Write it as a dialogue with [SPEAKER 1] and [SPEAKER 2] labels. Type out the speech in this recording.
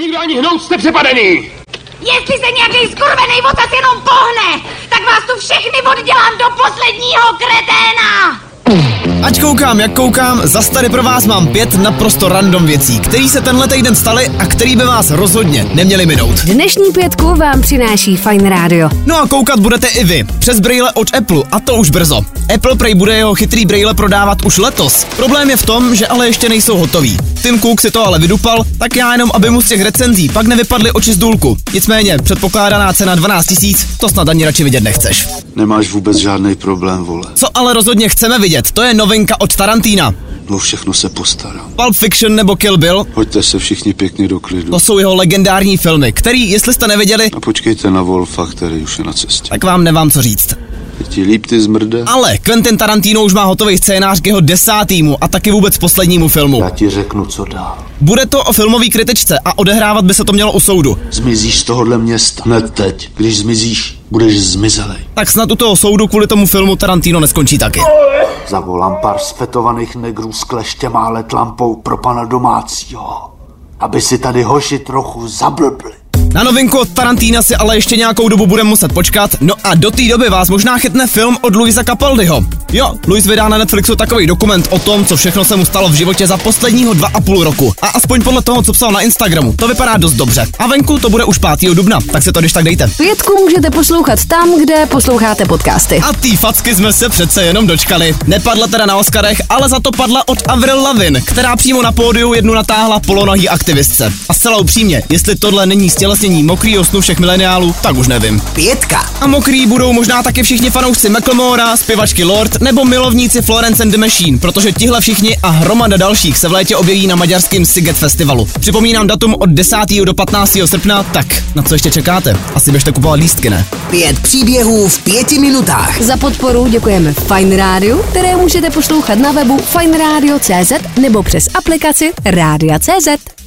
[SPEAKER 1] Nikdo ani hnout jste přepadený!
[SPEAKER 2] Jestli se nějaký skurvený vocas jenom pohne, tak vás tu všechny oddělám do posledního kreténa!
[SPEAKER 3] Ať koukám, jak koukám, zas tady pro vás mám pět naprosto random věcí, které se tenhle týden staly a který by vás rozhodně neměli minout.
[SPEAKER 4] Dnešní pětku vám přináší Fine Radio.
[SPEAKER 3] No a koukat budete i vy, přes brýle od Apple a to už brzo. Apple prej bude jeho chytrý brýle prodávat už letos. Problém je v tom, že ale ještě nejsou hotový. Tim Cook si to ale vydupal, tak já jenom, aby mu z těch recenzí pak nevypadly oči z důlku. Nicméně, předpokládaná cena 12 tisíc, to snad ani radši vidět nechceš.
[SPEAKER 5] Nemáš vůbec žádný problém, vole.
[SPEAKER 3] Co ale rozhodně chceme vidět, to je novinka od Tarantína.
[SPEAKER 5] O No, všechno se postarám.
[SPEAKER 3] Pulp Fiction nebo Kill Bill,
[SPEAKER 5] Hoďte se všichni pěkně do klidu.
[SPEAKER 3] to jsou jeho legendární filmy, který, jestli jste neviděli,
[SPEAKER 5] A počkejte na Wolfa, který už je na cestě.
[SPEAKER 3] tak vám nemám co říct.
[SPEAKER 5] Je ti líp ty zmrde?
[SPEAKER 3] Ale Quentin Tarantino už má hotový scénář k jeho desátýmu a taky vůbec poslednímu filmu.
[SPEAKER 5] Já ti řeknu, co dál.
[SPEAKER 3] Bude to o filmové kritičce a odehrávat by se to mělo u soudu.
[SPEAKER 5] Zmizíš z tohohle města. Hned teď. Když zmizíš, budeš zmizelej.
[SPEAKER 3] Tak snad u toho soudu kvůli tomu filmu Tarantino neskončí taky.
[SPEAKER 5] Zavolám pár sfetovaných negrů s kleštěma a let lampou pro pana domácího. Aby si tady hoši trochu zablbli.
[SPEAKER 3] Na novinku od Tarantína si ale ještě nějakou dobu budeme muset počkat, no a do té doby vás možná chytne film od Luisa Capaldiho. Jo, Luis vydá na Netflixu takový dokument o tom, co všechno se mu stalo v životě za posledního dva a půl roku. A aspoň podle toho, co psal na Instagramu, to vypadá dost dobře. A venku to bude už 5. dubna, tak se to když tak dejte.
[SPEAKER 4] Pětku můžete poslouchat tam, kde posloucháte podcasty.
[SPEAKER 3] A tý facky jsme se přece jenom dočkali. Nepadla teda na Oscarech, ale za to padla od Avril Lavin, která přímo na pódiu jednu natáhla polonohý aktivistce. A zcela upřímně, jestli tohle není stělesnění mokrýho snu všech mileniálů, tak už nevím.
[SPEAKER 6] Pětka.
[SPEAKER 3] A mokrý budou možná taky všichni fanoušci McLemora, zpěvačky Lord nebo milovníci Florence and the Machine, protože tihle všichni a hromada dalších se v létě objeví na maďarském Siget Festivalu. Připomínám datum od 10. do 15. srpna, tak na co ještě čekáte? Asi běžte kupovat lístky, ne?
[SPEAKER 6] Pět příběhů v pěti minutách.
[SPEAKER 4] Za podporu děkujeme Fine Radio, které můžete poslouchat na webu fineradio.cz nebo přes aplikaci Rádia.cz.